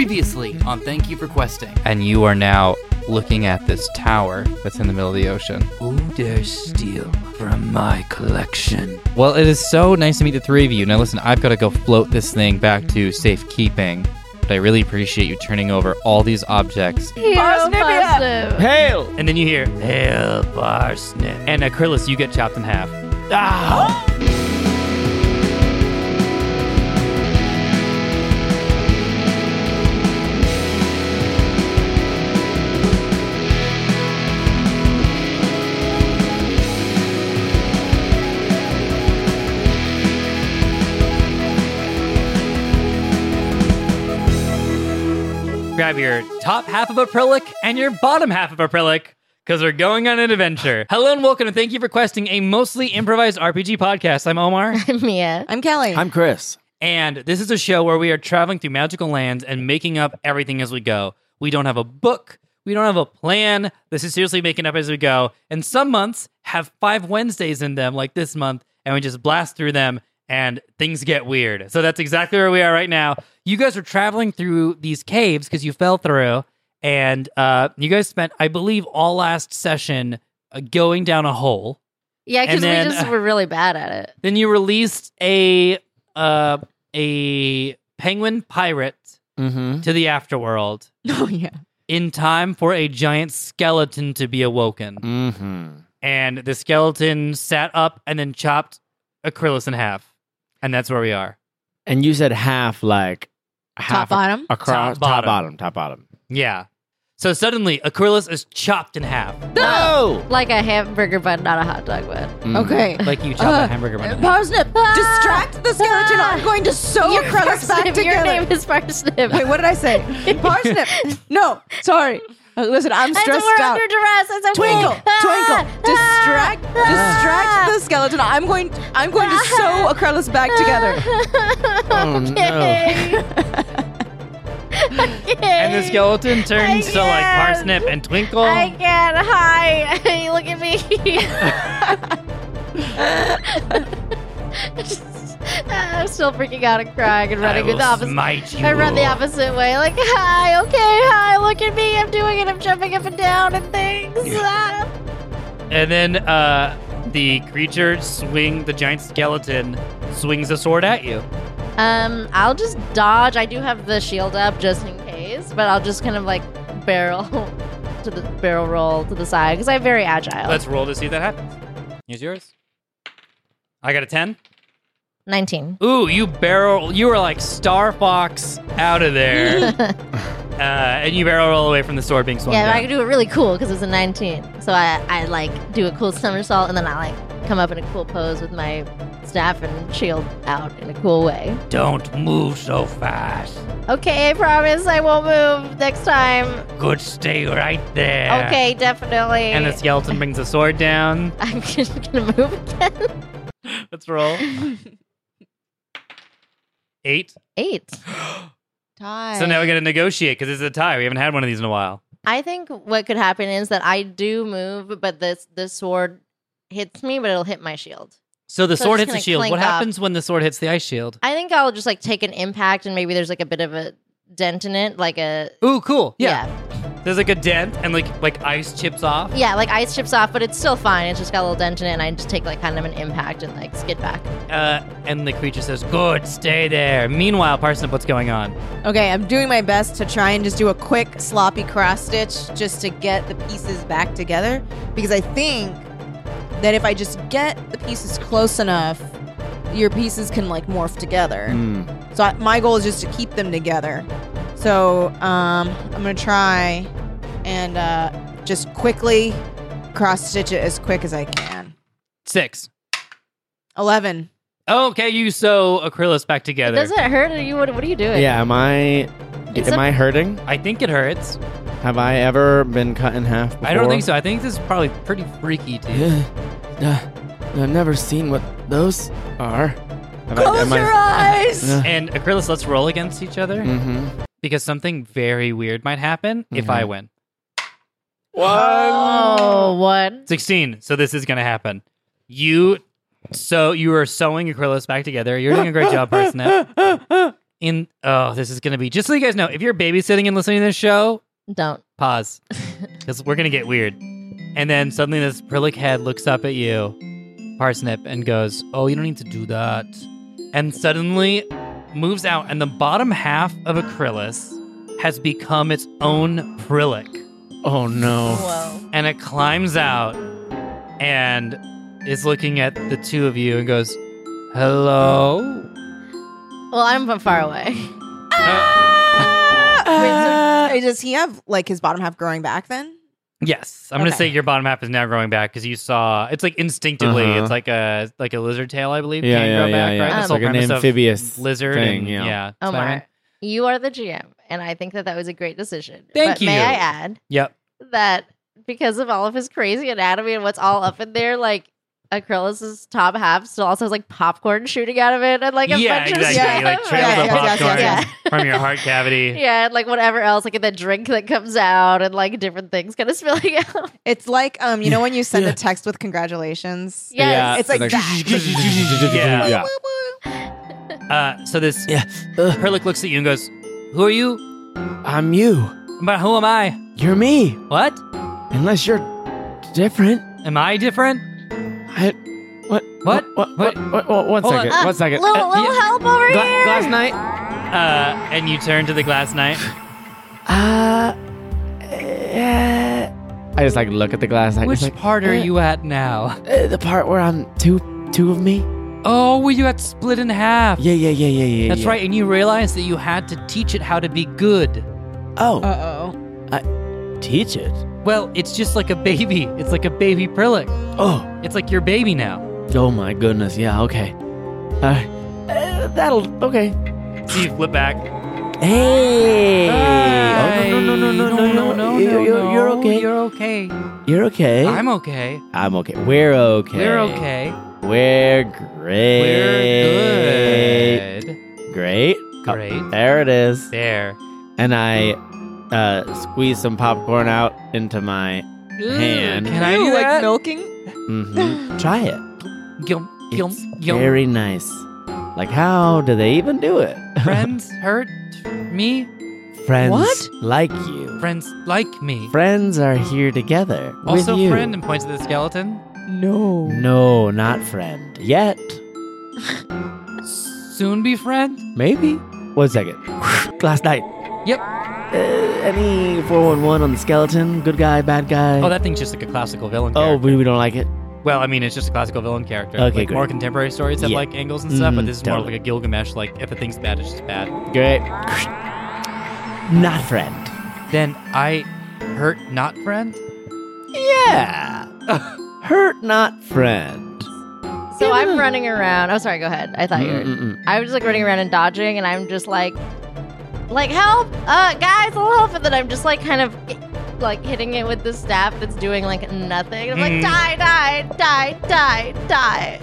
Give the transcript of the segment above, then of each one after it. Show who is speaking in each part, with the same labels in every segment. Speaker 1: Previously on Thank You for Questing.
Speaker 2: and you are now looking at this tower that's in the middle of the ocean.
Speaker 1: Who dare steal from my collection?
Speaker 2: Well, it is so nice to meet the three of you. Now, listen, I've got to go float this thing back to safekeeping, but I really appreciate you turning over all these objects.
Speaker 3: Parsnip.
Speaker 2: Hail! And then you hear, Hail, Parsnip. And Acrylis, you get chopped in half. Grab your top half of acrylic and your bottom half of acrylic because we're going on an adventure. Hello and welcome, and thank you for questing a mostly improvised RPG podcast. I'm Omar.
Speaker 3: Mia.
Speaker 4: I'm Kelly.
Speaker 5: I'm Chris.
Speaker 2: And this is a show where we are traveling through magical lands and making up everything as we go. We don't have a book. We don't have a plan. This is seriously making up as we go. And some months have five Wednesdays in them, like this month, and we just blast through them and things get weird. So that's exactly where we are right now. You guys are traveling through these caves because you fell through. And uh, you guys spent, I believe, all last session uh, going down a hole
Speaker 3: Yeah,
Speaker 2: And
Speaker 3: because we
Speaker 2: then-
Speaker 3: just were really bad at it.
Speaker 2: then you released a uh, a penguin pirate
Speaker 5: Mm-hmm.
Speaker 2: to the afterworld
Speaker 4: oh yeah.
Speaker 2: in time for a giant skeleton to be awoken.
Speaker 5: Mm-hmm.
Speaker 2: And the skeleton sat up and then chopped Acrylis in half. And that's where we are.
Speaker 5: And you said half, like
Speaker 4: Top
Speaker 5: half
Speaker 4: bottom.
Speaker 5: across,
Speaker 2: Top
Speaker 5: top
Speaker 2: bottom.
Speaker 5: bottom. top bottom.
Speaker 2: Yeah. So suddenly, Acrylis is chopped in half,
Speaker 5: No.
Speaker 3: Like a hamburger bun, not a hot dog bun.
Speaker 2: Mm.
Speaker 4: Okay.
Speaker 2: like you chop a
Speaker 4: Uh,
Speaker 2: hamburger bun. in half.
Speaker 4: Parsnip,
Speaker 3: Ah!
Speaker 4: distract the skeleton. I'm going to sew
Speaker 3: Your
Speaker 4: Acrylis back
Speaker 3: parsnip,
Speaker 4: together.
Speaker 3: Your name is Parsnip.
Speaker 4: Wait, what did I say? Parsnip. no, sorry. Uh, listen, I'm
Speaker 3: It's-
Speaker 4: stressed
Speaker 3: we're
Speaker 4: out.
Speaker 3: under duress. It's okay.
Speaker 4: Twinkle,
Speaker 3: Ah,
Speaker 4: twinkle,
Speaker 3: ah,
Speaker 4: distract, distract the skeleton. I'm going, I'm going to sew Acrylis back together.
Speaker 3: ah.
Speaker 5: Oh, no.
Speaker 2: Mm,
Speaker 3: okay.
Speaker 2: And the skeleton turns to like
Speaker 3: can't.
Speaker 2: Parsnip and Twinkle.
Speaker 3: I can't. Hi. Look at me. Just- I'm still freaking out and crying and running
Speaker 2: I will
Speaker 3: in the opposite.
Speaker 2: smite you.
Speaker 3: I run the opposite way, like, hi, okay, hi, look at me, I'm doing it, I'm jumping up and down and things. Ah.
Speaker 2: And then uh, the creature swing the giant skeleton swings a sword at you.
Speaker 3: Um, I'll just dodge. I do have the shield up just in case, but I'll just kind of like barrel to the barrel roll to the side because I'm very agile.
Speaker 2: Let's roll to see if that happens. Here's yours. I got a ten.
Speaker 3: 19.
Speaker 2: Ooh, you barrel. You were like Star Fox out of there, uh, and you barrel roll away from the sword being swung.
Speaker 3: yeah, but I
Speaker 2: down.
Speaker 3: can do it really cool because it's a 19. So I, I like do a cool somersault and then I like come up in a cool pose with my staff and shield out in a cool way.
Speaker 2: Don't move so fast.
Speaker 3: Okay, I promise I won't move next time.
Speaker 2: Good, stay right there.
Speaker 3: Okay, definitely.
Speaker 2: And the skeleton brings the sword down.
Speaker 3: I'm just gonna move again.
Speaker 2: Let's roll. Eight.
Speaker 3: Eight.
Speaker 4: Time.
Speaker 2: So now we got to negotiate because it's a tie. We haven't had one of these in a while.
Speaker 3: I think what could happen is that I do move, but this the sword hits me, but it'll hit my shield.
Speaker 2: So the
Speaker 3: So it's just
Speaker 2: sword hits the
Speaker 3: gonna
Speaker 2: shield. What
Speaker 3: clink up.
Speaker 2: happens when the sword hits the ice shield?
Speaker 3: I think I'll just like take an impact, and maybe there's like a bit of a dent in it, like a
Speaker 2: Ooh, cool. Yeah.
Speaker 3: yeah,
Speaker 2: There's like a dent and like like ice chips off.
Speaker 3: Yeah, like ice chips off, but it's still fine. It's just got a little dent in it, and I just take like kind of an impact and like skid back.
Speaker 2: Uh, and the creature says, "Good, stay there." Meanwhile, Parsnip, what's going on?
Speaker 4: Okay, I'm doing my best to try and just do a quick sloppy cross stitch just to get the pieces back together because I think that if I just get the pieces close enough, your pieces can like morph together.
Speaker 5: Mm.
Speaker 4: So I, my goal is just to keep them together. So um, I'm gonna try and uh, just quickly cross stitch it as quick as I can.
Speaker 2: Six.
Speaker 4: Eleven.
Speaker 2: Okay, you sew Acrylis back together.
Speaker 3: Does it hurt? Or you what, what are you doing?
Speaker 5: Yeah. Am I?
Speaker 3: It's
Speaker 5: am
Speaker 3: a-
Speaker 5: I hurting?
Speaker 2: I think it hurts.
Speaker 5: Have I ever been cut in half? Before?
Speaker 2: I don't think so. I think this is probably pretty freaky to you.
Speaker 5: I've never seen what those are. Have
Speaker 4: Close your eyes.
Speaker 2: and Acrylis, let's roll against each other
Speaker 5: Mm-hmm.
Speaker 2: because something very weird might happen if
Speaker 5: Mhm.
Speaker 2: I win.
Speaker 3: Oh, what?
Speaker 2: 16. So this is going to happen. You so you are sewing acrylics back together. You're doing a great job, Parsnip. in oh, this is gonna be just so you guys know, if you're babysitting and listening to this show,
Speaker 3: Don't.
Speaker 2: pause. Because we're gonna get weird. And then suddenly this Perlic head looks up at you, Parsnip, and goes, Oh, you don't need to do that. And suddenly moves out, and the bottom half of Acrylis has become its own Prillic
Speaker 5: Oh no.
Speaker 3: Whoa.
Speaker 2: and it climbs out and is looking at the two of you and goes, "Hello."
Speaker 3: Well, I'm from far away.
Speaker 4: Wait, so- wait, does he have like his bottom half growing back then?
Speaker 2: Yes, I'm gonna
Speaker 4: Okay.
Speaker 2: say your bottom half is now growing back because you saw it's like instinctively,
Speaker 5: Uh-huh.
Speaker 2: it's like a like a lizard tail, I believe.
Speaker 5: Yeah,
Speaker 2: can
Speaker 5: yeah,
Speaker 2: grow
Speaker 5: yeah,
Speaker 2: back,
Speaker 5: yeah.
Speaker 2: Right? That's
Speaker 5: It's
Speaker 2: the
Speaker 5: like
Speaker 2: whole
Speaker 5: an
Speaker 2: premise of
Speaker 5: amphibious
Speaker 2: lizard
Speaker 5: thing.
Speaker 2: and-
Speaker 5: yeah.
Speaker 2: yeah. Spider-Man.
Speaker 3: Omar, you are the GM, and I think that that was a great decision.
Speaker 2: Thank
Speaker 3: but May
Speaker 2: you.
Speaker 3: I add
Speaker 2: Yep.
Speaker 3: that because of all of his crazy anatomy and what's all up in there, like Acrylis's top half still also has like popcorn shooting out of it and like a
Speaker 2: yeah,
Speaker 3: bunch
Speaker 2: exactly.
Speaker 3: of stuff.
Speaker 2: Like trails
Speaker 4: Yeah,
Speaker 2: of
Speaker 4: yeah, yeah,
Speaker 2: popcorn
Speaker 4: yeah,
Speaker 2: from your heart cavity.
Speaker 3: Yeah, and like whatever else, like and the drink that comes out and like different things kind of spilling out.
Speaker 4: It's like um, you know when you send
Speaker 5: Yeah.
Speaker 4: a text with congratulations.
Speaker 3: Yes.
Speaker 4: It's like that.
Speaker 2: Yeah.
Speaker 5: yeah.
Speaker 2: Uh, so this
Speaker 5: Yeah. Uh,
Speaker 2: Perlic looks at you and goes, "Who are you?
Speaker 5: I'm you.
Speaker 2: But who am I?
Speaker 5: You're me.
Speaker 2: What?
Speaker 5: Unless you're different.
Speaker 2: Am I different?
Speaker 5: I, what?
Speaker 2: What?
Speaker 5: What?
Speaker 2: What?
Speaker 5: What? what, what one
Speaker 2: Hold on.
Speaker 5: second.
Speaker 3: Uh,
Speaker 5: one second.
Speaker 3: Little,
Speaker 2: Uh,
Speaker 3: little
Speaker 2: yeah.
Speaker 3: help over
Speaker 5: Gla-
Speaker 3: here.
Speaker 5: glass night.
Speaker 2: Uh, and you turn to the glass knight.
Speaker 5: Uh, eh. I just like look at the glass night.
Speaker 2: Which
Speaker 5: just like,
Speaker 2: part are
Speaker 5: eh,
Speaker 2: you at now?
Speaker 5: eh, the part where I'm two, two of me.
Speaker 2: Oh, were you at split in half?
Speaker 5: Yeah, yeah, yeah, yeah, yeah.
Speaker 2: That's
Speaker 5: yeah.
Speaker 2: right, and you realize that you had to teach it how to be good.
Speaker 5: Oh,
Speaker 4: Uh oh.
Speaker 5: teach it.
Speaker 2: Well, it's just like a baby. It's like a baby Prillic.
Speaker 5: Oh,
Speaker 2: It's like your baby now.
Speaker 5: Oh my goodness, yeah, okay. Uh, uh, that'll, okay.
Speaker 2: So you flip back.
Speaker 5: Hey!
Speaker 2: Hey.
Speaker 5: Oh, no, no, no, no, no, no, no,
Speaker 2: no,
Speaker 5: You're, you're, you're
Speaker 2: no.
Speaker 5: okay. You're,
Speaker 2: You're
Speaker 5: okay.
Speaker 2: okay. I'm okay.
Speaker 5: I'm okay. We're okay.
Speaker 2: We're okay.
Speaker 5: We're great.
Speaker 2: We're good.
Speaker 5: Great. Oh,
Speaker 2: Great.
Speaker 5: there it is.
Speaker 2: There.
Speaker 5: And I uh, squeeze some popcorn out into my. Hand.
Speaker 2: Can I
Speaker 4: You
Speaker 2: do
Speaker 4: like
Speaker 2: that?
Speaker 4: milking?
Speaker 5: hmm Try it.
Speaker 2: Yum, yum,
Speaker 5: It's
Speaker 2: yum.
Speaker 5: very nice. Like, how do they even do it?
Speaker 2: Friends hurt me.
Speaker 5: Friends
Speaker 4: What?
Speaker 5: like you.
Speaker 2: Friends like me.
Speaker 5: Friends are here together.
Speaker 2: also,
Speaker 5: with you.
Speaker 2: friend and points to the skeleton.
Speaker 4: No.
Speaker 5: No, not friend. Yet.
Speaker 2: Soon be friend.
Speaker 5: Maybe. One second. Last night.
Speaker 2: Yep.
Speaker 5: Uh, any 411 on the skeleton? Good guy, bad guy?
Speaker 2: Oh, that thing's just like a classical villain.
Speaker 5: Oh,
Speaker 2: character.
Speaker 5: we, we don't like it.
Speaker 2: Well, I mean, it's just a classical villain character.
Speaker 5: Okay,
Speaker 2: like,
Speaker 5: great.
Speaker 2: More contemporary stories have
Speaker 5: Yeah.
Speaker 2: like angles and stuff, but
Speaker 5: Mhm,
Speaker 2: this is more
Speaker 5: totally.
Speaker 2: like a Gilgamesh. Like, if a thing's bad, it's just bad.
Speaker 5: Great. Not friend.
Speaker 2: Then I hurt not friend.
Speaker 5: Yeah. Hurt, not friend.
Speaker 3: So I'm running around. Oh, sorry. Go ahead. I thought you were.
Speaker 5: Mm-mm-mm.
Speaker 3: I was just like running around and dodging, and I'm just like, like help, uh, guys, a little help! And then I'm just like kind of like hitting it with the staff that's doing like nothing. And I'm
Speaker 2: Mhm.
Speaker 3: like die, die, die, die, die.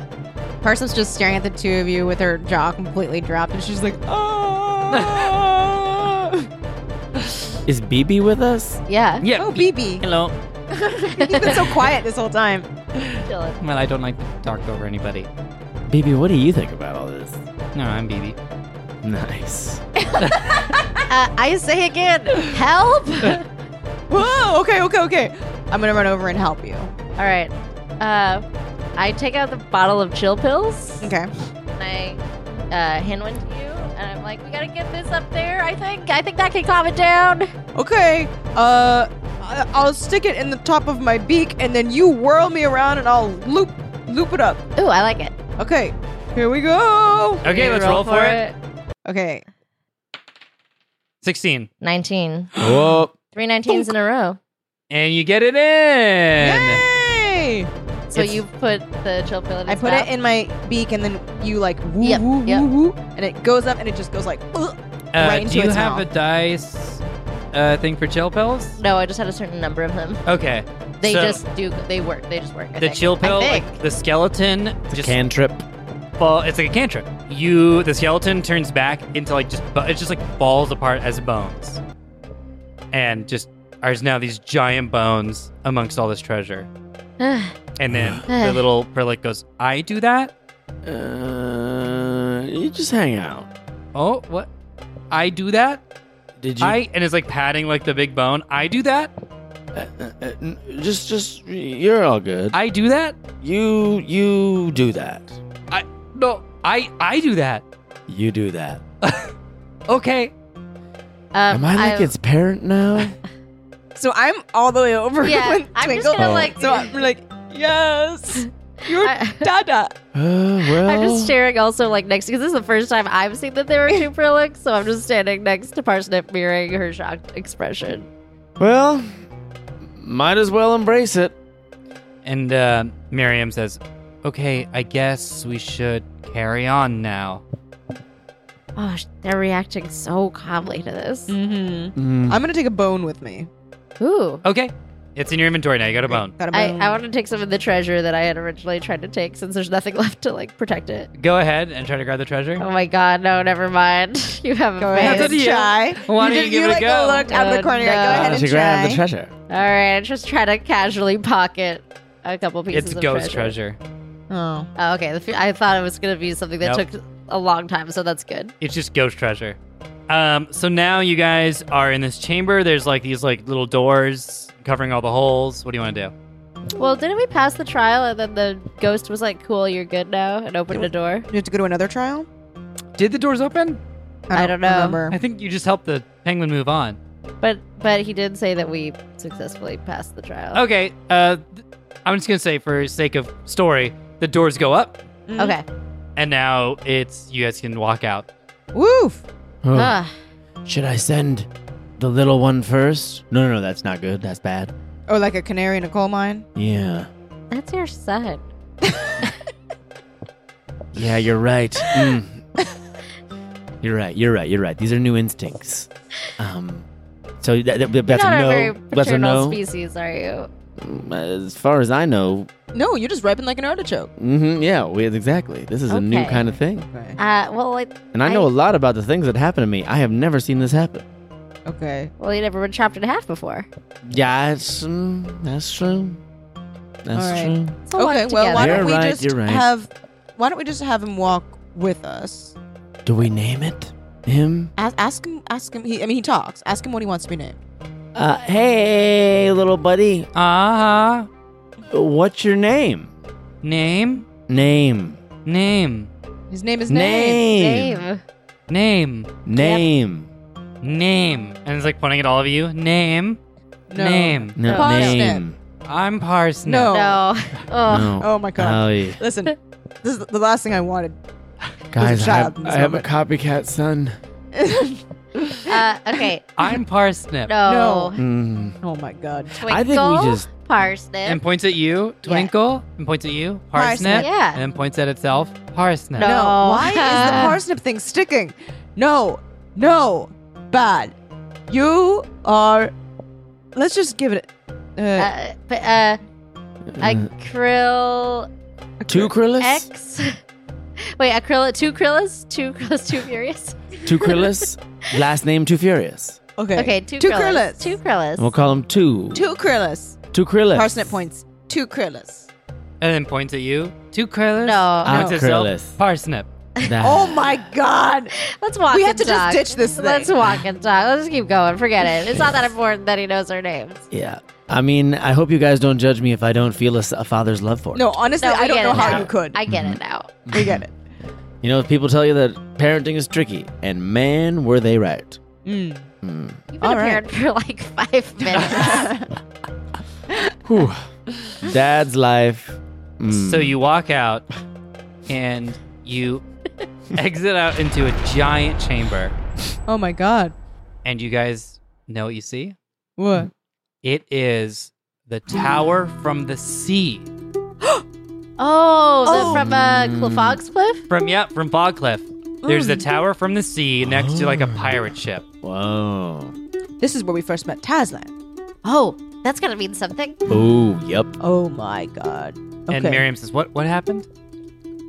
Speaker 4: Parsons just staring at the two of you with her jaw completely dropped, and she's like, "Oh,
Speaker 5: Is BB with us?
Speaker 3: Yeah,
Speaker 2: Yeah.
Speaker 4: oh, BB."
Speaker 2: Hello.
Speaker 4: He's been so quiet this whole time.
Speaker 3: Dylan.
Speaker 2: Well, I don't like to talk over anybody.
Speaker 5: BB, what do you think about all this?
Speaker 2: No, I'm BB.
Speaker 5: Nice.
Speaker 3: Uh, I say again, help! All
Speaker 4: Whoa. Okay. Okay. Okay. I'm gonna run over and help you.
Speaker 3: right, uh, I take out the bottle of chill pills.
Speaker 4: Okay.
Speaker 3: And I uh, hand one to you, and I'm like, we gotta get this up there. I think, I think that can calm it down.
Speaker 4: Okay. Uh, I- I'll stick it in the top of my beak, and then you whirl me around, and I'll loop loop it up.
Speaker 3: Ooh, I like it.
Speaker 4: Okay. Here we go.
Speaker 2: Okay,
Speaker 3: You
Speaker 2: let's roll, for it.
Speaker 4: Okay.
Speaker 2: Sixteen,
Speaker 3: 19.
Speaker 5: Whoa.
Speaker 3: Three 19s in a row.
Speaker 2: and you get it in.
Speaker 4: Yay!
Speaker 3: So
Speaker 2: It's-
Speaker 3: you put the chill pill in
Speaker 4: I
Speaker 3: his
Speaker 4: put it
Speaker 3: mouth?
Speaker 4: in my beak, and then you like woo
Speaker 3: Yep,
Speaker 4: woo
Speaker 3: yep.
Speaker 4: woo woo, and it goes up, and it just goes like. Ugh.
Speaker 2: Uh,
Speaker 4: right into
Speaker 2: do you
Speaker 4: its
Speaker 2: have
Speaker 4: mouth.
Speaker 2: a dice uh, thing for chill pills?
Speaker 3: No, I just had a certain number of them.
Speaker 2: Okay.
Speaker 3: They
Speaker 2: So-
Speaker 3: just do, they work. They just work. I
Speaker 2: The
Speaker 3: think.
Speaker 2: chill pill,
Speaker 3: I
Speaker 2: like,
Speaker 3: think.
Speaker 2: the skeleton, just
Speaker 5: Cantrip.
Speaker 2: fall. It's like a cantrip. You, the skeleton turns back into like just, bu- it just like falls apart as bones, and just are now these giant bones amongst all this treasure. And then the little Perlic goes, "I do that?
Speaker 5: Uh, you just hang out.
Speaker 2: Oh, what? I do that.
Speaker 5: Did you?
Speaker 2: I and it's like patting like the big bone. I do that.
Speaker 5: uh, uh, uh, n- just, just you're all good.
Speaker 2: I do that.
Speaker 5: you, you do that.
Speaker 2: No, I I do that.
Speaker 5: You do that.
Speaker 2: Okay.
Speaker 3: Um,
Speaker 5: Am I like
Speaker 3: I-
Speaker 5: its parent now?
Speaker 4: So I'm all the way over
Speaker 3: Yeah,
Speaker 4: with
Speaker 3: I'm just
Speaker 4: Twinkle.
Speaker 3: gonna
Speaker 5: Oh.
Speaker 3: like.
Speaker 4: so I'm like, yes, you're
Speaker 3: I-
Speaker 4: Dada.
Speaker 5: Uh, well,
Speaker 3: I'm
Speaker 2: Oh.
Speaker 3: just staring also like next because this is the first time I've seen that there were two Prillics, so I'm just standing next to Parsnip mirroring her shocked expression.
Speaker 5: Well, might as well embrace it.
Speaker 2: And uh, Miriam says, "Okay, I guess we should carry on now."
Speaker 3: Oh, sh- they're reacting so calmly to this.
Speaker 4: Mm-hmm.
Speaker 5: Mm.
Speaker 4: I'm gonna take a bone with me.
Speaker 3: Ooh.
Speaker 2: Okay, it's in your inventory now. You got a bone.
Speaker 4: Got a
Speaker 3: I,
Speaker 4: bone.
Speaker 3: I want to take some of the treasure that I had originally tried to take since there's nothing left to like protect it.
Speaker 2: Go ahead and try to grab the treasure.
Speaker 3: Oh my god, no, never mind. You have a
Speaker 4: go
Speaker 3: face.
Speaker 4: ahead
Speaker 2: That's
Speaker 4: and
Speaker 2: up to you.
Speaker 4: try.
Speaker 2: Why don't you
Speaker 4: did-
Speaker 2: give it a
Speaker 4: like,
Speaker 2: go?
Speaker 4: looked out of
Speaker 3: Uh,
Speaker 4: the corner. you're Like,
Speaker 3: no.
Speaker 4: go
Speaker 5: Why
Speaker 4: ahead
Speaker 5: don't
Speaker 4: and
Speaker 5: you grab the
Speaker 4: try.
Speaker 5: treasure.
Speaker 3: All right, just try to casually pocket a couple pieces
Speaker 2: It's
Speaker 3: of
Speaker 2: ghost
Speaker 3: treasure.
Speaker 2: treasure.
Speaker 4: Oh,
Speaker 3: Oh, okay, the f- I thought it was gonna be something that
Speaker 2: Nope.
Speaker 3: took a long time, so that's good.
Speaker 2: It's just ghost treasure. Um, so now you guys are in this chamber. There's like these like little doors covering all the holes. What do you want to do?
Speaker 3: Well, didn't we pass the trial and then the ghost was like, "Cool, you're good now," and opened a door?
Speaker 4: you have to go to another trial.
Speaker 2: Did the doors open?
Speaker 3: I don't know.
Speaker 4: remember.
Speaker 2: I think you just helped the penguin move on.
Speaker 3: But but he did say that we successfully passed the trial.
Speaker 2: Okay. Uh, th- I'm just gonna say for sake of story, the doors go up,
Speaker 5: Oh.
Speaker 4: Mm.
Speaker 3: Okay.
Speaker 2: and now it's you guys can walk out.
Speaker 4: Woof.
Speaker 5: Oh,
Speaker 3: Ugh.
Speaker 5: Should I send the little one first? No, no, no, that's not good. That's bad.
Speaker 4: Or Oh, like a canary in a coal mine.
Speaker 5: Yeah.
Speaker 3: that's your son.
Speaker 5: Yeah, you're right. Mm. you're right. You're right. You're right. These are new instincts. Um, so that, that, that's
Speaker 3: You're not
Speaker 5: a no.
Speaker 3: a very
Speaker 5: that's a
Speaker 3: paternal
Speaker 5: no.
Speaker 3: species, are you?
Speaker 5: Mm, As far as I know,
Speaker 4: No, you're just ripping like an artichoke.
Speaker 5: hmm yeah, we, exactly. This is a new
Speaker 3: Okay.
Speaker 5: kind of thing,
Speaker 4: Okay.
Speaker 3: Uh, well, like,
Speaker 5: and I know a lot about the things that happen to me. I have never seen this happen.
Speaker 4: Okay.
Speaker 3: well, you never been chopped in half before.
Speaker 5: Yeah, it's, mm, that's true. That's
Speaker 4: All right.
Speaker 5: true.
Speaker 3: So walk
Speaker 4: okay. Well, why
Speaker 3: together.
Speaker 4: don't
Speaker 5: You're
Speaker 4: we
Speaker 5: right,
Speaker 4: just
Speaker 5: you're right.
Speaker 4: have? Why don't we just have him walk with us?
Speaker 5: Do we name it him?
Speaker 4: Ask, ask him. Ask him. He, I mean, he talks. Ask him what he wants to be named.
Speaker 5: Uh, hey, little buddy,
Speaker 2: Ah, uh-huh.
Speaker 5: what's your name?
Speaker 2: name,
Speaker 5: Name.
Speaker 2: name,
Speaker 4: His name is name.
Speaker 5: Name.
Speaker 3: Name.
Speaker 2: name,
Speaker 5: Name.
Speaker 2: name, and it's like pointing at all of you. Name,
Speaker 4: No.
Speaker 2: name.
Speaker 5: No,
Speaker 4: Parsnip.
Speaker 5: name.
Speaker 2: I'm Parsnip.
Speaker 4: No.
Speaker 3: No. Ugh.
Speaker 5: No.
Speaker 4: Oh my god.
Speaker 5: Oh, yeah.
Speaker 4: Listen, this is the last thing I wanted.
Speaker 5: Guys, I
Speaker 4: child
Speaker 5: have,
Speaker 4: in
Speaker 5: I
Speaker 4: this
Speaker 5: have a copycat son.
Speaker 3: Uh, okay.
Speaker 2: I'm Parsnip.
Speaker 3: No.
Speaker 5: Mm.
Speaker 4: oh my god.
Speaker 3: Twinkle.
Speaker 5: I think we just-
Speaker 3: parsnip.
Speaker 2: And points at you, Twinkle, and points at you, Parsnip,
Speaker 4: Parsnip.
Speaker 3: Yeah.
Speaker 2: and then points at itself, Parsnip.
Speaker 3: No.
Speaker 4: No. Why is the parsnip thing sticking? No. No. Bad. You are. Let's just give it. Uh,
Speaker 3: uh, but, uh, acryl
Speaker 5: two Krillis?
Speaker 3: X. Wait, acryl two krillas, two krillas, two furious.
Speaker 5: Two Krillis? Last name Two Furious.
Speaker 4: okay.
Speaker 3: Okay, two,
Speaker 4: Two
Speaker 3: krillas,
Speaker 4: Krillas.
Speaker 3: two krillas.
Speaker 5: And we'll call him Two.
Speaker 4: Two krillas.
Speaker 5: Two Krillis.
Speaker 4: Parsnip points. Two krillas.
Speaker 2: And then points at you, two curlers.
Speaker 3: No,
Speaker 5: Ah,
Speaker 2: Points
Speaker 3: no.
Speaker 2: at
Speaker 5: Krillis.
Speaker 2: itself, Parsnip.
Speaker 5: That-
Speaker 4: Oh my god.
Speaker 3: Let's walk.
Speaker 4: We
Speaker 3: and
Speaker 4: have to just
Speaker 3: talk.
Speaker 4: ditch this thing.
Speaker 3: Let's walk and talk. Let's just keep going. Forget it. It's not that important that he knows our names.
Speaker 5: Yeah. I mean, I hope you guys don't judge me if I don't feel a, s- a father's love for it.
Speaker 4: No, honestly,
Speaker 3: No,
Speaker 4: I
Speaker 3: we
Speaker 4: don't
Speaker 3: get
Speaker 4: know
Speaker 3: it
Speaker 4: how
Speaker 3: now.
Speaker 4: you could.
Speaker 3: I get
Speaker 2: Mm-hmm.
Speaker 3: it now.
Speaker 4: we get it.
Speaker 5: You know, if people tell you that parenting is tricky, and man, were they right.
Speaker 4: Mm.
Speaker 5: Mm.
Speaker 3: You've been
Speaker 4: All
Speaker 3: a
Speaker 4: right.
Speaker 3: parent for like five minutes.
Speaker 5: Whew. Dad's life. Mm.
Speaker 2: So you walk out and you exit out into a giant chamber.
Speaker 4: Oh my god.
Speaker 2: And you guys know what you see?
Speaker 4: What?
Speaker 2: It is the tower from the sea.
Speaker 3: oh, the,
Speaker 4: Oh.
Speaker 3: from uh,
Speaker 5: Mm.
Speaker 3: Cl- Fox Cliff.
Speaker 2: From yeah, from Bogcliff. There's the tower from the sea next to like a
Speaker 5: Oh.
Speaker 2: pirate ship.
Speaker 5: Whoa.
Speaker 4: This is where we first met Taslan.
Speaker 3: Oh, that's gonna mean something.
Speaker 5: Ooh, yep.
Speaker 4: Oh my god. Okay.
Speaker 2: And Miriam says, What what happened?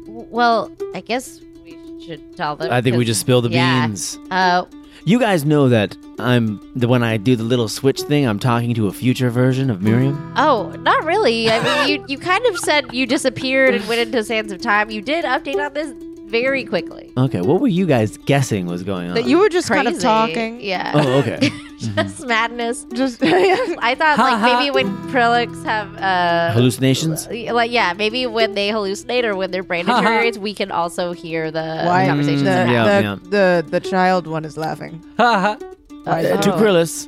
Speaker 3: Well, I guess we should tell them.
Speaker 5: I think we just spilled the
Speaker 3: Yeah.
Speaker 5: beans.
Speaker 3: Uh,
Speaker 5: You guys know that I'm the when I do the little switch thing, I'm talking to a future version of Miriam.
Speaker 3: Oh, not really. I mean, you you kind of said you disappeared and went into Sands of Time. You did update on this very quickly.
Speaker 5: Okay, what were you guys guessing was going on?
Speaker 4: That you were just kind of
Speaker 3: Crazy.
Speaker 4: talking.
Speaker 3: Yeah.
Speaker 5: Oh, okay.
Speaker 3: Just madness.
Speaker 4: Just
Speaker 3: I thought
Speaker 2: Ha
Speaker 3: like
Speaker 2: ha.
Speaker 3: maybe when Prelix have uh
Speaker 5: Hallucinations?
Speaker 3: like yeah, maybe when they hallucinate or when their brain
Speaker 2: Ha ha.
Speaker 3: deteriorates, we can also hear the
Speaker 4: why
Speaker 3: conversations.
Speaker 4: the,
Speaker 3: they're
Speaker 5: Mm, Yeah,
Speaker 4: the,
Speaker 5: yeah.
Speaker 4: the the child one is laughing.
Speaker 2: Ha ha.
Speaker 4: Why is
Speaker 5: Uh,
Speaker 4: that?
Speaker 3: Oh.
Speaker 5: to Krillis,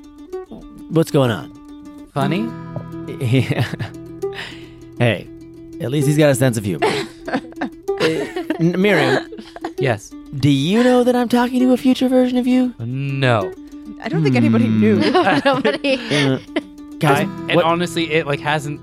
Speaker 5: what's going on?
Speaker 2: Funny.
Speaker 5: hey, at least he's got a sense of humor. Eh, N- Miriam,
Speaker 2: Yes.
Speaker 5: do you know that I'm talking to a future version of you?
Speaker 2: No.
Speaker 4: I don't think anybody
Speaker 5: Mm.
Speaker 4: knew.
Speaker 3: having. Nobody-
Speaker 5: Uh,
Speaker 2: I,
Speaker 5: guys,
Speaker 2: and
Speaker 5: what-
Speaker 2: honestly, it like hasn't.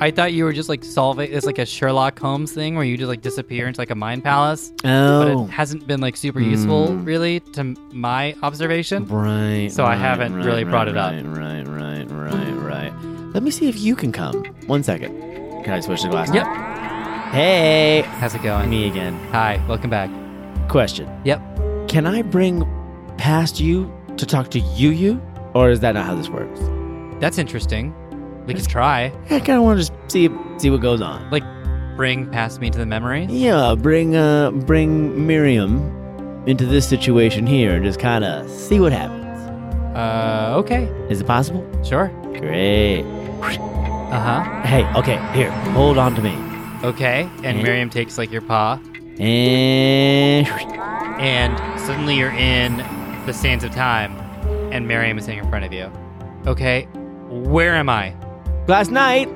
Speaker 2: I thought you were just like solving. It's like a Sherlock Holmes thing where you just like disappear into like a mind palace, but
Speaker 5: oh,
Speaker 2: it hasn't been like super useful
Speaker 5: Hmm.
Speaker 2: really to my observation.
Speaker 5: right.
Speaker 2: So I
Speaker 5: right,
Speaker 2: haven't
Speaker 5: right,
Speaker 2: really
Speaker 5: right,
Speaker 2: brought it up.
Speaker 5: Right, right, right, right, right. Let me see if you can come. One second. Can I switch the glass?
Speaker 2: Yep.
Speaker 5: Hey,
Speaker 2: How's it going?
Speaker 5: me again.
Speaker 2: Hi. Welcome back.
Speaker 5: Question.
Speaker 2: Yep.
Speaker 5: Can I bring past you to talk to you, you, or is that not how this works?
Speaker 2: That's interesting. We could try.
Speaker 5: I kind of want to just see see what goes on.
Speaker 2: Bring past me to the memories.
Speaker 5: Yeah, bring uh bring Miriam into this situation here and just kind of see what happens.
Speaker 2: Uh. Okay.
Speaker 5: Is it possible?
Speaker 2: Sure.
Speaker 5: Great.
Speaker 2: Uh huh.
Speaker 5: Hey, okay, here, hold on to me.
Speaker 2: Okay. And
Speaker 5: Eh?
Speaker 2: Miriam takes like your paw,
Speaker 5: And
Speaker 2: and suddenly you're in the sands of time, and Miriam is sitting in front of you. Okay. Where am I?
Speaker 5: last night,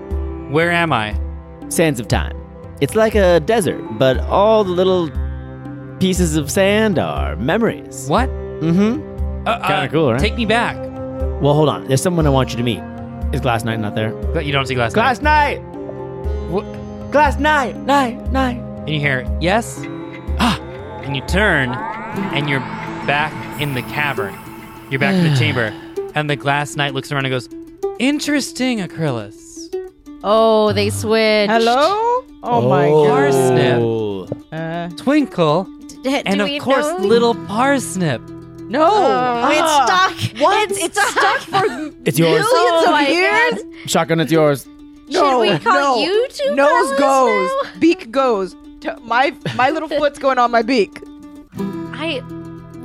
Speaker 2: Where am I?
Speaker 5: sands of time. It's like a desert, but all the little pieces of sand are memories.
Speaker 2: What?
Speaker 5: Mm-hmm.
Speaker 2: Uh,
Speaker 5: Kinda cool, right?
Speaker 2: Take me back.
Speaker 5: Well, hold on. There's someone I want you to meet. Is Glass Knight not there?
Speaker 2: But you don't see glass.
Speaker 5: Glass Knight.
Speaker 2: What?
Speaker 5: Glass Knight. Knight. Knight.
Speaker 2: And you hear yes, ah, and you turn, and you're back in the cavern. You're back in the chamber, and the glass knight looks around and goes, "Interesting, Acrylis.
Speaker 3: oh, they switched.
Speaker 4: Hello? Oh, my god.
Speaker 2: Parsnip.
Speaker 4: Uh,
Speaker 2: Twinkle,
Speaker 3: Do
Speaker 2: and
Speaker 3: we
Speaker 2: of course,
Speaker 3: know?
Speaker 2: little parsnip.
Speaker 4: no.
Speaker 3: Oh, it's
Speaker 4: Ah.
Speaker 3: stuck.
Speaker 4: What?
Speaker 3: It's
Speaker 4: It's stuck for
Speaker 5: It's yours.
Speaker 3: Oh
Speaker 4: Millions of
Speaker 3: my
Speaker 4: years?
Speaker 3: God.
Speaker 5: Shotgun, it's yours.
Speaker 3: Should we call
Speaker 4: no.
Speaker 3: you two?
Speaker 4: Nose
Speaker 3: fellas
Speaker 4: goes.
Speaker 3: now?
Speaker 4: Beak goes. T- my my little foot's going on my beak.
Speaker 3: I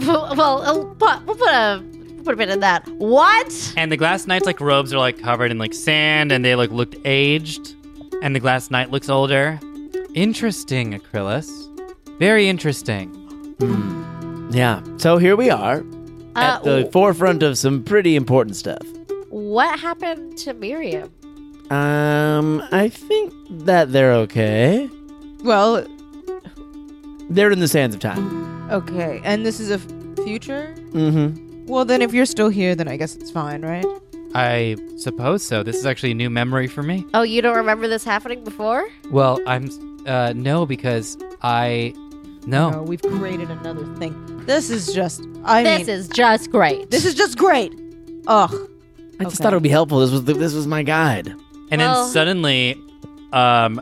Speaker 3: well, I'll put, we'll put a we'll put a bit in that. What?
Speaker 2: And the glass knight's like robes are like covered in like sand, and they like looked aged, and the glass knight looks older. Interesting, Acrylis. Very interesting.
Speaker 5: Yeah. So here we are
Speaker 3: Uh,
Speaker 5: at the forefront of some pretty important stuff.
Speaker 3: what happened to Miriam?
Speaker 5: Um, I think that they're okay.
Speaker 4: Well,
Speaker 5: They're in the sands of time.
Speaker 4: okay. And this is a f- future?
Speaker 5: Mm-hmm.
Speaker 4: Well, then if you're still here, then I guess it's fine, right?
Speaker 2: I suppose so. This is actually a new memory for me.
Speaker 3: Oh, you don't remember this happening before?
Speaker 2: Well, I'm uh, no because I
Speaker 5: Oh.
Speaker 2: no.
Speaker 4: No, we've created another thing. This is just. I
Speaker 3: this
Speaker 4: mean,
Speaker 3: is just great.
Speaker 4: this is just great. Ugh.
Speaker 5: I just
Speaker 4: Okay.
Speaker 5: thought it would be helpful. This was the, this was my guide.
Speaker 2: And
Speaker 3: Well-
Speaker 2: then suddenly, um,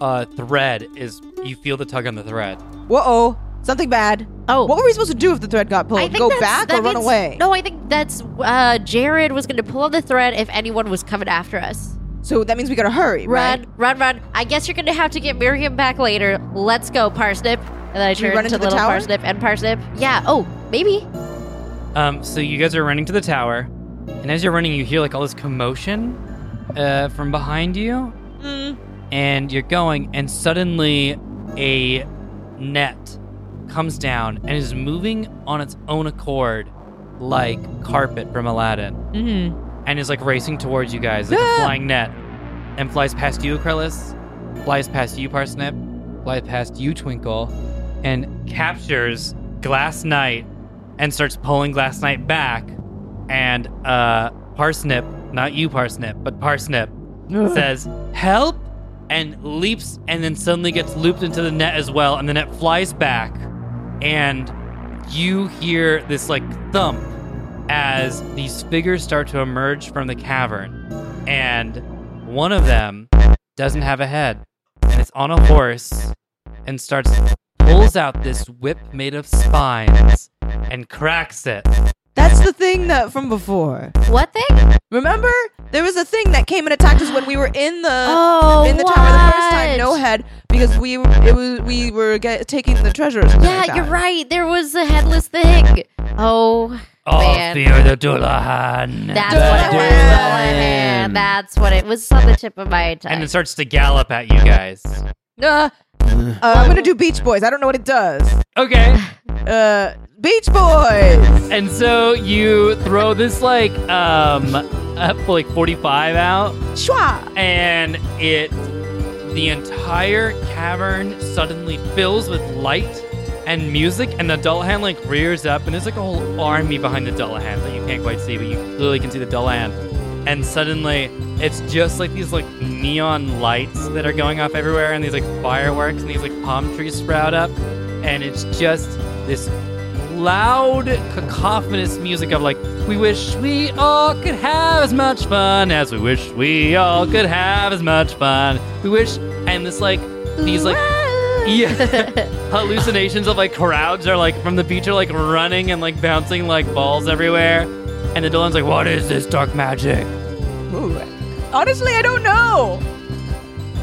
Speaker 2: a thread is you feel the tug on the thread.
Speaker 4: Whoa, oh, something bad.
Speaker 3: oh.
Speaker 4: What were we supposed to do if the thread got
Speaker 3: I
Speaker 4: pulled?
Speaker 3: think
Speaker 4: Go
Speaker 3: that's-
Speaker 4: back
Speaker 3: that
Speaker 4: or run
Speaker 3: means-
Speaker 4: away?
Speaker 3: No, I think that's uh, Jared was going to pull on the thread if anyone was coming after us.
Speaker 4: So that means we gotta hurry,
Speaker 3: Run,
Speaker 4: right?
Speaker 3: run, run! I guess you're going to have to get Miriam back later. Let's go, Parsnip. And then I
Speaker 4: we
Speaker 3: turn
Speaker 4: run
Speaker 3: to
Speaker 4: into the
Speaker 3: little
Speaker 4: tower?
Speaker 3: Parsnip and Parsnip. Yeah. Oh, maybe.
Speaker 2: Um, so you guys are running to the tower, and as you're running, you hear like all this commotion uh, from behind you,
Speaker 3: Mm-hmm.
Speaker 2: and you're going, and suddenly a net comes down and is moving on its own accord, like carpet from Aladdin.
Speaker 4: Mm-hmm.
Speaker 2: and is like racing towards you guys like a
Speaker 4: Ah!
Speaker 2: flying net and flies past you Acrylis flies past you Parsnip flies past you Twinkle and captures Glass Knight and starts pulling Glass Knight back and uh Parsnip not you Parsnip but Parsnip
Speaker 5: Uh,
Speaker 2: says help and leaps and then suddenly gets looped into the net as well and the net flies back and you hear this like thump as these figures start to emerge from the cavern and one of them doesn't have a head and it's on a horse and starts pulls out this whip made of spines and cracks it
Speaker 4: That's the thing that from before.
Speaker 3: What thing?
Speaker 4: Remember, there was a thing that came and attacked us when we were in the
Speaker 3: Oh,
Speaker 4: in the tower the first
Speaker 3: what?
Speaker 4: time. No head because we it was we were get, taking the treasure. or something
Speaker 3: Yeah,
Speaker 4: like that.
Speaker 3: you're right. There was a headless thing. Oh,
Speaker 2: Oh,
Speaker 3: man.
Speaker 2: fear the Dullahan.
Speaker 3: That's what it was.
Speaker 5: Dullahan.
Speaker 3: Dullahan. That's what it was. On the tip of my tongue.
Speaker 2: and it starts to gallop at you guys.
Speaker 4: Uh, uh, I'm gonna do Beach Boys. I don't know what it does.
Speaker 2: Okay.
Speaker 4: Uh, Beach Boys.
Speaker 2: And so you throw this like um up for like 45 out
Speaker 4: Schwa.
Speaker 2: and it the entire cavern suddenly fills with light and music and the Dullahan like rears up and there's like a whole army behind the Dullahan that you can't quite see but you clearly can see the Dullahan and suddenly it's just like these like neon lights that are going off everywhere and these like fireworks and these like palm trees sprout up and it's just this loud cacophonous music of like we wish we all could have as much fun as we wish we all could have as much fun we wish and this like these like yeah hallucinations of like crowds are like from the beach are like running and like bouncing like balls everywhere and the Dylan's like what is this dark magic
Speaker 4: Ooh. Honestly, I don't know.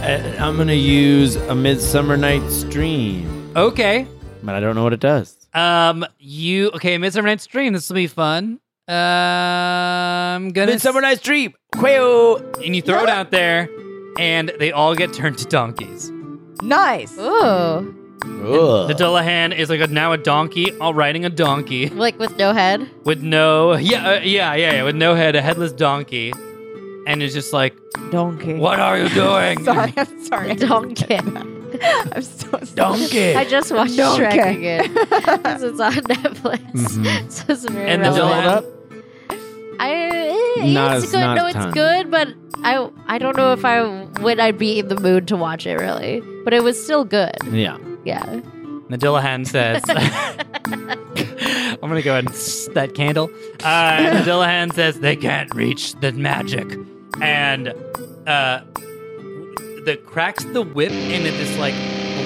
Speaker 5: Uh, I'm gonna use a Midsummer Night's Dream,
Speaker 2: okay
Speaker 5: but I don't know what it does.
Speaker 2: um you okay midsummer night's dream this will be fun um I'm gonna
Speaker 5: Midsummer Night's Dream, Quail.
Speaker 2: and you throw it out there and they all get turned to donkeys
Speaker 4: Nice.
Speaker 3: Ooh,
Speaker 2: The Dullahan is like a, now a donkey, all riding a donkey
Speaker 3: like with no head.
Speaker 2: with no yeah uh, yeah yeah yeah, with no head, a headless donkey, and it's just like,
Speaker 4: Donkey.
Speaker 2: what are you doing?
Speaker 4: Sorry, I'm sorry.
Speaker 3: Don't get.
Speaker 4: I'm so sorry.
Speaker 5: Donkey.
Speaker 3: I just watched
Speaker 4: No,
Speaker 3: Shrek
Speaker 4: okay.
Speaker 3: again because it's on Netflix.
Speaker 5: Mhm.
Speaker 3: so it's very
Speaker 2: Mm-hmm. And the
Speaker 5: does it
Speaker 3: relevant.
Speaker 5: hold up?
Speaker 2: Dullahan-
Speaker 3: I eh,
Speaker 5: Not
Speaker 3: it's
Speaker 5: as-
Speaker 3: good.
Speaker 5: not
Speaker 3: No,
Speaker 5: as
Speaker 3: it's
Speaker 5: time.
Speaker 3: good, but I I don't know if I would I'd be in the mood to watch it really. But it was still good.
Speaker 5: Yeah.
Speaker 3: Yeah.
Speaker 2: The Dillahan says, I'm going to go ahead and s- that candle. Uh, the Dillahan says, they can't reach the magic. And uh, the cracks the whip, and it this like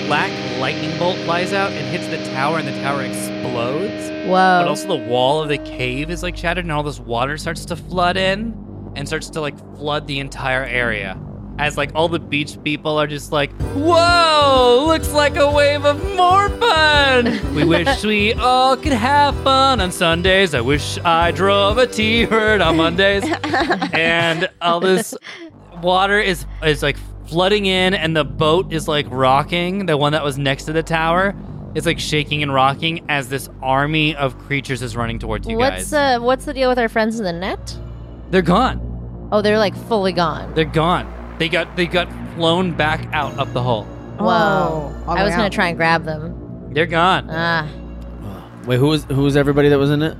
Speaker 2: black lightning bolt flies out and hits the tower, and the tower explodes. But
Speaker 3: Whoa.
Speaker 2: also, the wall of the cave is like shattered, and all this water starts to flood in and starts to like flood the entire area. As like all the beach people are just like, "Whoa! Looks like a wave of more fun. We wish we all could have fun on Sundays. I wish I drove a T-bird on Mondays." and all this water is is like flooding in, and the boat is like rocking. The one that was next to the tower is like shaking and rocking as this army of creatures is running towards you
Speaker 3: What's
Speaker 2: guys.
Speaker 3: uh what's the deal with our friends in the net?
Speaker 2: They're gone.
Speaker 3: Oh, they're like fully gone.
Speaker 2: They're gone. They got they got flown back out up the hole.
Speaker 3: Whoa.
Speaker 4: Oh, all
Speaker 3: I was
Speaker 4: around.
Speaker 3: gonna try and grab them.
Speaker 2: They're gone.
Speaker 3: Ah.
Speaker 5: Wait, who was who was everybody that was in it?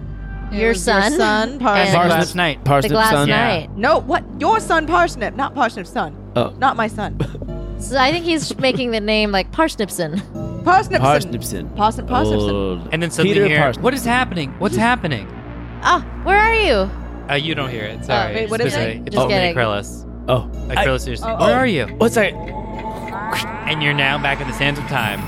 Speaker 4: It
Speaker 3: Your
Speaker 4: was
Speaker 3: son?
Speaker 4: Your son, Parsnip.
Speaker 3: And-
Speaker 2: Last night.
Speaker 5: Parsnip
Speaker 3: the glass
Speaker 5: Sun.
Speaker 3: knight.
Speaker 4: No, what? Your son, Parsnip, not Parsnip's son.
Speaker 5: Oh.
Speaker 4: Not my son.
Speaker 3: So I think he's making the name like Parsnipson.
Speaker 4: Parsnipson.
Speaker 5: Parsnipson.
Speaker 4: Parsnip, Parsnipson.
Speaker 5: Old.
Speaker 2: And then suddenly
Speaker 5: Peter
Speaker 2: you hear,
Speaker 5: Parsnip.
Speaker 2: what is happening? What's happening?
Speaker 3: Ah, where are you? Oh,
Speaker 2: Uh, you don't hear it. Sorry.
Speaker 4: wait, what is
Speaker 2: It's
Speaker 4: it?
Speaker 2: It's
Speaker 3: Just
Speaker 2: just me,
Speaker 3: kidding.
Speaker 2: Acrylis.
Speaker 5: Oh, I,
Speaker 2: Acrylis, you're just-
Speaker 4: oh,
Speaker 2: where
Speaker 4: oh.
Speaker 2: are you?
Speaker 5: what's that?
Speaker 2: And you're now back in the sands of time.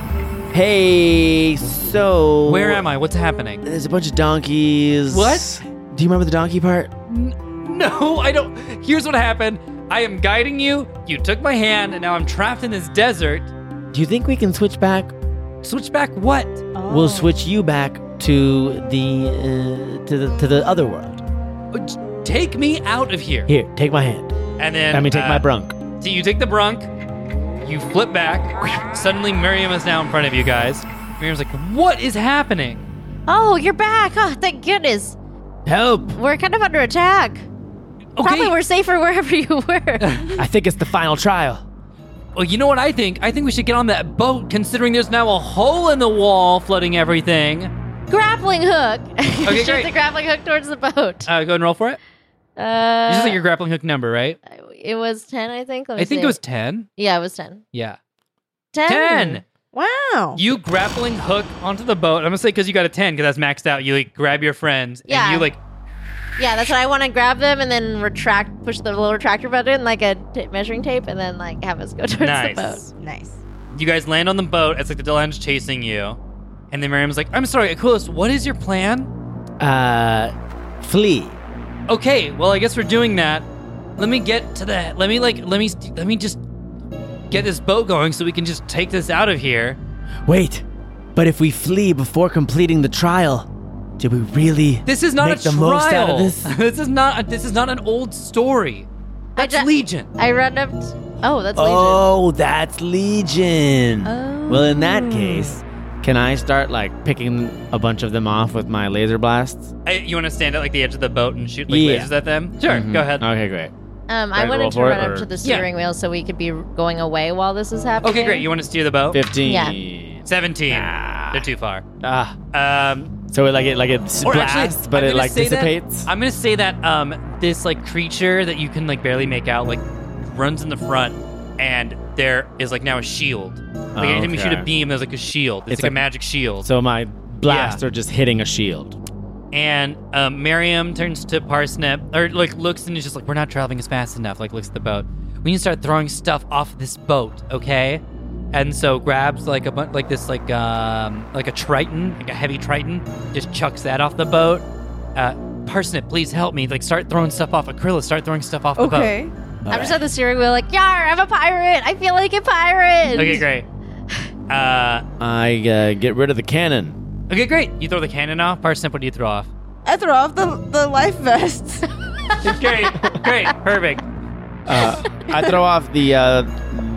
Speaker 5: Hey, so
Speaker 2: Where am I? What's happening?
Speaker 5: There's a bunch of donkeys.
Speaker 2: What?
Speaker 5: Do you remember the donkey part?
Speaker 2: No, I don't. Here's what happened. I am guiding you. You took my hand, and now I'm trapped in this desert.
Speaker 5: Do you think we can switch back?
Speaker 2: Switch back what?
Speaker 4: Oh.
Speaker 5: We'll switch you back to the uh, to the to the other world.
Speaker 2: Uh, j- Take me out of here.
Speaker 5: Here, take my hand.
Speaker 2: And then
Speaker 5: I mean, take
Speaker 2: uh,
Speaker 5: my brunk.
Speaker 2: So you take the brunk, you flip back. Suddenly, Miriam is now in front of you guys. Miriam's like, "What is happening?"
Speaker 3: Oh, you're back. Oh, thank goodness.
Speaker 5: Help!
Speaker 3: We're kind of under attack. Probably we're safer wherever you were.
Speaker 5: I think it's the final trial.
Speaker 2: Well, you know what I think? I think we should get on that boat, considering there's now a hole in the wall flooding everything.
Speaker 3: grappling hook. Shoot
Speaker 2: great.
Speaker 3: the grappling hook towards the boat.
Speaker 2: Uh, go ahead and roll for it.
Speaker 3: Uh,
Speaker 2: This is like your grappling hook number, right?
Speaker 3: it was 10, I think. Let me
Speaker 2: I think
Speaker 3: see.
Speaker 2: it was ten.
Speaker 3: Yeah, it was 10.
Speaker 2: Yeah,
Speaker 3: 10.
Speaker 2: ten.
Speaker 4: Wow.
Speaker 2: You grappling hook onto the boat. I'm gonna say because you got a ten, because that's maxed out. You like grab your friends
Speaker 3: Yeah.
Speaker 2: and you like
Speaker 3: Yeah, that's what I want to grab them and then retract, push the little retractor button like a t- measuring tape and then like have us go towards
Speaker 2: Nice.
Speaker 3: the boat.
Speaker 4: nice.
Speaker 2: You guys land on the boat. It's like the Delange chasing you. And then Miriam's like, I'm sorry, Aquilus, what is your plan?
Speaker 5: Uh, Flee.
Speaker 2: Okay, well I guess we're doing that. Let me get to the let me like let me let me just get this boat going so we can just take this out of here.
Speaker 5: Wait, but if we flee before completing the trial, do we really?
Speaker 2: This is not
Speaker 5: make
Speaker 2: a
Speaker 5: the
Speaker 2: trial.
Speaker 5: most out of this?
Speaker 2: is not a, this is not an old story. That's
Speaker 3: ju-
Speaker 2: Legion.
Speaker 3: I run up. t- oh, that's Legion.
Speaker 5: Oh, that's Legion.
Speaker 3: Oh.
Speaker 5: Well, in that case, can I start like picking a bunch of them off with my laser blasts?
Speaker 2: I, you want to stand at like the edge of the boat and shoot like
Speaker 5: Yeah.
Speaker 2: lasers at them? Sure,
Speaker 5: Mhm.
Speaker 2: go ahead.
Speaker 5: Okay, great.
Speaker 3: Um,
Speaker 5: Right,
Speaker 3: I
Speaker 5: roll
Speaker 3: wanted to
Speaker 5: for it,
Speaker 3: run
Speaker 5: or-
Speaker 3: up to the
Speaker 2: Yeah.
Speaker 3: steering wheel so we could be going away while this is happening.
Speaker 2: Okay, great. You want to steer the boat?
Speaker 5: Fifteen.
Speaker 2: Seventeen.
Speaker 5: Ah.
Speaker 2: They're too far.
Speaker 5: Ah.
Speaker 2: Um,
Speaker 5: So it like it like it s-
Speaker 2: Or actually,
Speaker 5: blasts, but
Speaker 2: I'm
Speaker 5: it
Speaker 2: gonna
Speaker 5: like
Speaker 2: say that-
Speaker 5: dissipates.
Speaker 2: I'm gonna say that um, this like creature that you can like barely make out like runs in the front, and there is like now a shield. Like anytime you shoot
Speaker 5: Oh, Okay.
Speaker 2: a beam, there's like a shield. It's,
Speaker 5: It's like-
Speaker 2: like, a magic shield.
Speaker 5: So my blasts are just hitting a shield.
Speaker 2: and um, Miriam turns to Parsnip, or like looks and is just like, "We're not traveling as fast enough." Like looks at the boat. We need to start throwing stuff off this boat, okay? And so grabs like a bunch, like this, like um, like a triton, like a heavy triton, just chucks that off the boat. Uh, Parsnip, please help me. Like start throwing stuff off. Akrilla, start throwing stuff off the boat.
Speaker 4: Okay.
Speaker 3: I'm just at the steering wheel, like, yar, I'm a pirate. I feel like a pirate.
Speaker 2: Okay, great. Uh,
Speaker 5: I uh, get rid of the cannon.
Speaker 2: okay, great. You throw the cannon off. Parsnip, what do you throw off?
Speaker 4: I throw off the, the life vests.
Speaker 2: great, great, perfect.
Speaker 5: Uh, I throw off the uh,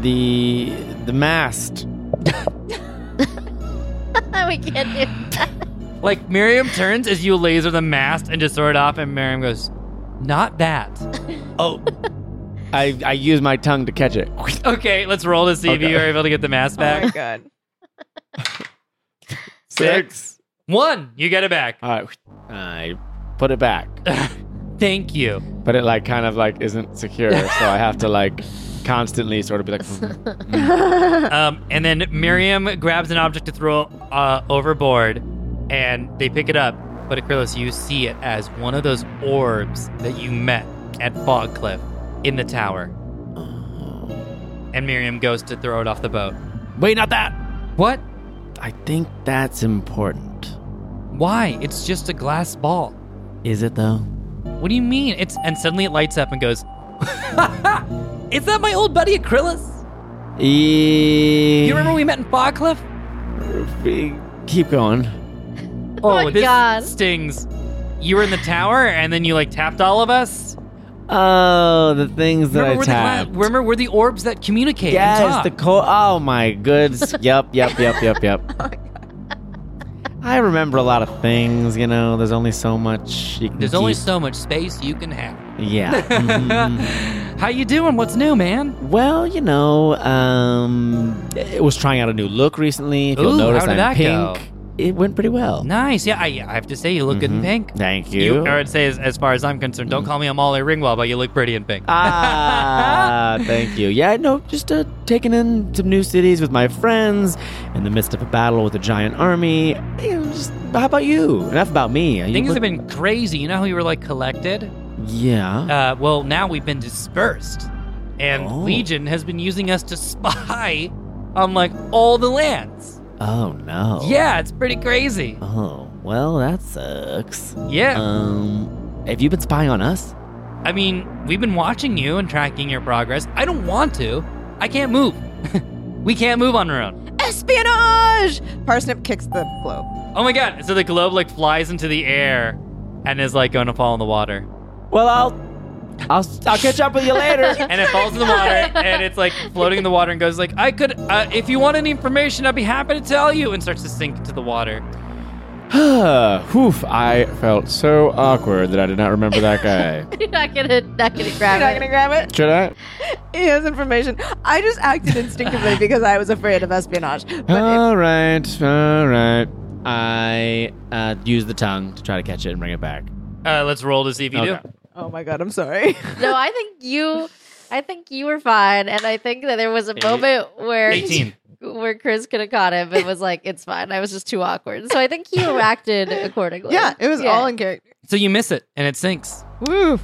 Speaker 5: the the mast.
Speaker 3: we can't do that.
Speaker 2: Like Miriam turns as you laser the mast and just throw it off, and Miriam goes, "Not that."
Speaker 5: Oh. I, I use my tongue to catch it.
Speaker 2: okay, let's roll to see if
Speaker 5: Okay.
Speaker 2: you are able to get the mast
Speaker 4: Oh my
Speaker 2: back.
Speaker 4: god.
Speaker 2: Six. One, you get it back.
Speaker 5: All right. I put it back,
Speaker 2: Thank you.
Speaker 5: but it like kind of like isn't secure, so I have to like constantly sort of be like.
Speaker 2: Um, and then Miriam grabs an object to throw uh, overboard, and they pick it up. But Acrylos, you see it as one of those orbs that you met at Fog Cliff in the tower. And Miriam goes to throw it off the boat.
Speaker 5: Wait, not that.
Speaker 2: What?
Speaker 5: I think that's important.
Speaker 2: Why? It's just a glass ball.
Speaker 5: Is it though?
Speaker 2: What do you mean? It's and suddenly it lights up and goes, "Is that my old buddy Acrylis?
Speaker 5: E-
Speaker 2: You remember we met in Bogcliff?
Speaker 5: E- Keep going.
Speaker 3: Oh my
Speaker 2: this
Speaker 3: God.
Speaker 2: stings! You were in the tower and then you like tapped all of us.
Speaker 5: Oh, the things that
Speaker 2: Remember we're,
Speaker 5: I
Speaker 2: the, gla-
Speaker 5: tapped.
Speaker 2: remember we're the orbs that communicate. and
Speaker 5: yes,
Speaker 2: talk.
Speaker 5: the cold. Oh my goods. yep, yep, yep, yep,
Speaker 2: Oh
Speaker 5: yep. I remember a lot of things, you know. There's only so much you can
Speaker 2: There's only
Speaker 5: keep-
Speaker 2: so much space you can have.
Speaker 5: Yeah. Mhm.
Speaker 2: How you doing? What's new, man?
Speaker 5: Well, you know, um, it was trying out a new look recently. If you'll
Speaker 2: Ooh,
Speaker 5: notice,
Speaker 2: how did
Speaker 5: I'm
Speaker 2: that go?
Speaker 5: pink. It went pretty well.
Speaker 2: Nice. Yeah, I, I have to say you look good in
Speaker 5: Mhm.
Speaker 2: pink.
Speaker 5: Thank
Speaker 2: You,
Speaker 5: you. Mm.
Speaker 2: I would say, as, as far as I'm concerned, don't call me a Molly Ringwald, but you look pretty in pink.
Speaker 5: ah, thank you. Yeah, no, just uh, taking in some new cities with my friends in the midst of a battle with a giant army. You know, just how about you? Enough about me. You
Speaker 2: Things
Speaker 5: look-
Speaker 2: have been crazy. You know how you were like collected?
Speaker 5: Yeah.
Speaker 2: Uh, well, now we've been dispersed, and
Speaker 5: Oh.
Speaker 2: Legion has been using us to spy on like all the lands.
Speaker 5: oh no.
Speaker 2: Yeah, it's pretty crazy.
Speaker 5: Oh well, that sucks.
Speaker 2: Yeah,
Speaker 5: Um, have you been spying on us?
Speaker 2: I mean, we've been watching you and tracking your progress. I don't want to. I can't move. we can't move on our own.
Speaker 4: Espionage! Parsnip kicks the globe.
Speaker 2: Oh my god! So the globe like flies into the air, and is like going to fall in the water,
Speaker 5: Well, I'll, I'll, I'll catch up with you later.
Speaker 2: and it falls in the water, and it's like floating in the water, and goes like, "I could, uh, if you want any information, I'd be happy to tell you," and starts to sink into the water.
Speaker 5: Whew, I felt so awkward that I did not remember that guy.
Speaker 3: You're not gonna, not gonna
Speaker 4: You're
Speaker 3: grab
Speaker 4: not
Speaker 3: it.
Speaker 4: gonna grab it?
Speaker 5: Should I?
Speaker 4: He has information. I just acted instinctively because I was afraid of espionage. But if-
Speaker 5: All right, all right. I uh, use the tongue to try to catch it and bring it back.
Speaker 2: Uh, let's roll to see if you do.
Speaker 5: Okay.
Speaker 4: oh my god, I'm sorry.
Speaker 3: No, I think you. I think you were fine, and I think that there was a moment where
Speaker 2: 18.
Speaker 3: where Chris could have caught him and was like, "It's fine." I was just too awkward, so I think you acted accordingly.
Speaker 4: yeah, it was all in character.
Speaker 2: So you miss it and it sinks.
Speaker 4: Woo!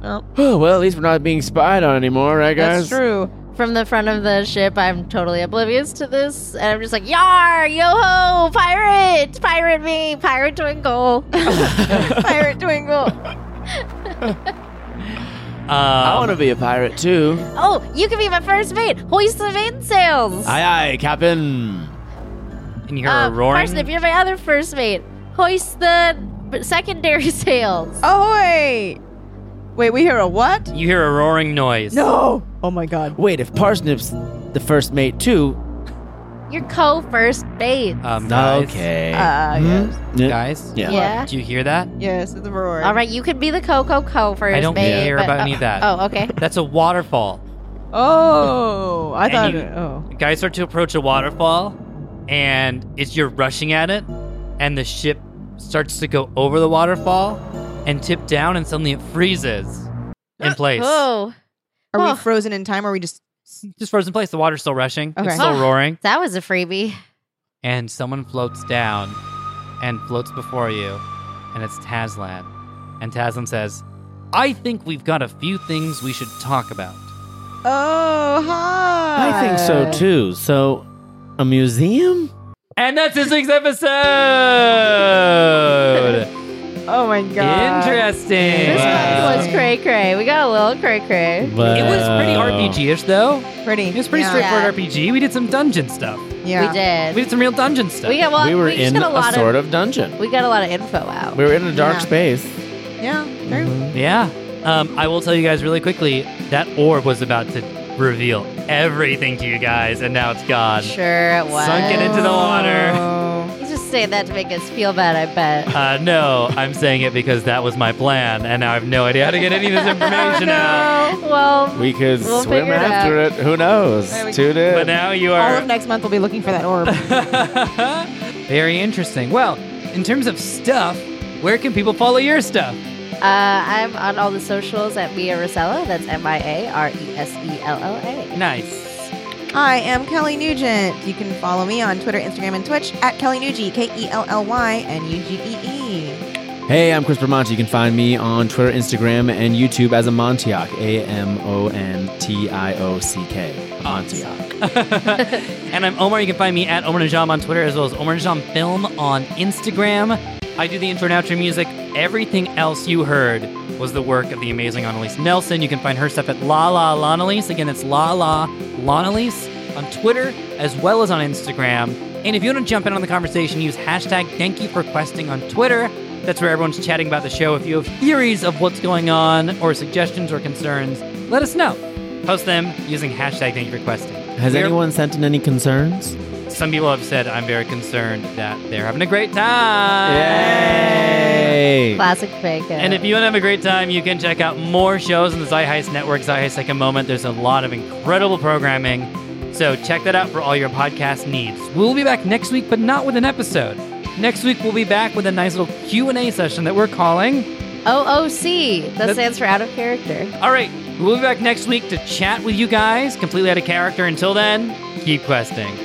Speaker 3: Well,
Speaker 5: Oh, well, at least we're not being spied on anymore, right, guys?
Speaker 4: That's true.
Speaker 3: from the front of the ship, I'm totally oblivious to this, and I'm just like, "Yar, yo ho, pirate, pirate me, pirate Twinkle, pirate Twinkle."
Speaker 2: Um,
Speaker 5: I want to be a pirate too.
Speaker 3: Oh, you can be my first mate. Hoist the mainsails.
Speaker 5: Aye, aye, Captain.
Speaker 3: Uh,
Speaker 2: and you hear a roaring.
Speaker 3: Parsnip, you're my other first mate. Hoist the b- secondary sails.
Speaker 2: Oh.
Speaker 4: Ahoy! Wait, we hear a what?
Speaker 2: You hear a roaring noise.
Speaker 4: No! Oh my god.
Speaker 5: Wait, if Parsnip's the first mate too.
Speaker 3: You're co-first mate.
Speaker 2: Um, guys,
Speaker 5: Okay.
Speaker 4: Ah, yes.
Speaker 5: Yeah.
Speaker 2: Guys,
Speaker 5: Yeah.
Speaker 3: yeah.
Speaker 2: do you hear that?
Speaker 5: hmm?
Speaker 4: Yes, it's a roar.
Speaker 3: All right, you can be the co-co-co first
Speaker 2: I don't
Speaker 3: mate.
Speaker 2: care
Speaker 3: but-
Speaker 2: about
Speaker 3: oh,
Speaker 2: any of that.
Speaker 3: Oh, okay.
Speaker 2: That's a waterfall.
Speaker 4: Oh, I thought.
Speaker 2: you-
Speaker 4: it- oh.
Speaker 2: Guys start to approach a waterfall, and as you're rushing at it, and the ship starts to go over the waterfall and tip down, and suddenly it freezes in place.
Speaker 3: Oh,
Speaker 4: Are
Speaker 3: Huh.
Speaker 4: we frozen in time? Or are we just?
Speaker 2: Just frozen in place. The water's still rushing.
Speaker 4: Okay.
Speaker 2: It's still
Speaker 3: Huh.
Speaker 2: roaring.
Speaker 3: that was a freebie.
Speaker 2: And someone floats down and floats before you, and it's Taslan. And Taslan says, I think we've got a few things we should talk about.
Speaker 4: Oh, hi.
Speaker 5: I think so too. So, a museum?
Speaker 2: And that's this week's episode!
Speaker 4: Oh my god.
Speaker 2: Interesting.
Speaker 3: This
Speaker 5: Wow.
Speaker 3: one was cray cray. We got a little cray cray.
Speaker 5: But uh,
Speaker 2: It was pretty RPG-ish though.
Speaker 4: Pretty.
Speaker 2: It was pretty
Speaker 4: yeah.
Speaker 2: straightforward RPG. We did some dungeon stuff.
Speaker 4: Yeah.
Speaker 3: We did.
Speaker 2: We did some real dungeon stuff.
Speaker 3: We got well,
Speaker 5: we were
Speaker 3: just
Speaker 5: in
Speaker 3: got a
Speaker 5: a,
Speaker 3: lot
Speaker 5: sort of dungeon.
Speaker 3: We got a lot of info out.
Speaker 5: We were in a dark
Speaker 4: Yeah.
Speaker 5: space.
Speaker 4: Yeah. True.
Speaker 2: yeah. Um, I will tell you guys really quickly that orb was about to reveal everything to you guys, and now it's gone.
Speaker 3: Sure, it was.
Speaker 2: Sunk it into the water.
Speaker 4: Oh.
Speaker 3: You just say that to make us feel bad, I bet.
Speaker 2: Uh, no, I'm saying it because that was my plan, and now I have no idea how to get any of this information out.
Speaker 3: well,
Speaker 5: We could
Speaker 3: We'll
Speaker 5: swim
Speaker 3: figure it
Speaker 5: after it. Who knows?
Speaker 4: There we go.
Speaker 5: Tune in.
Speaker 2: But now you
Speaker 4: All
Speaker 2: are
Speaker 4: of next month we'll be looking for that orb.
Speaker 2: very interesting. Well, in terms of stuff, where can people follow your stuff?
Speaker 3: uh, I'm on all the socials at Mia Rosella. That's M I A R E S E L L A.
Speaker 2: Nice.
Speaker 4: I am Kelly Nugent. You can follow me on Twitter, Instagram, and Twitch at Kelly Nugie, K E L L Y N U G E E.
Speaker 5: Hey, I'm Chris Bermonti. You can find me on Twitter, Instagram, and YouTube as Amontioc. A M O N T I O C K. Amontioc.
Speaker 2: and I'm Omar. You can find me at Omar Najam on Twitter as well as Omar Najam Film on Instagram. I do the intro and outro music. Everything else you heard was the work of the amazing Annalise Nelson. You can find her stuff at La La Lonalise. Again, it's La La Lonalise on Twitter as well as on Instagram. And if you want to jump in on the conversation, use hashtag thank you for questing on Twitter. That's where everyone's chatting about the show. If you have theories of what's going on or suggestions or concerns, let us know. Post them using hashtag thank you for questing.
Speaker 5: Has
Speaker 2: We're-
Speaker 5: anyone sent in any concerns?
Speaker 2: some people have said I'm very concerned that they're having a great time.
Speaker 5: Yay!
Speaker 3: Classic fake.
Speaker 2: And if you want to have a great time, you can check out more shows on the Zeitgeist Network, Zeitgeist Second Moment. There's a lot of incredible programming. So check that out for all your podcast needs. We'll be back next week, but not with an episode. Next week, we'll be back with a nice little Q&A session that we're calling
Speaker 3: OOC, that
Speaker 2: That-
Speaker 3: stands for out of character.
Speaker 2: All right, we'll be back next week to chat with you guys completely out of character. Until then, keep questing.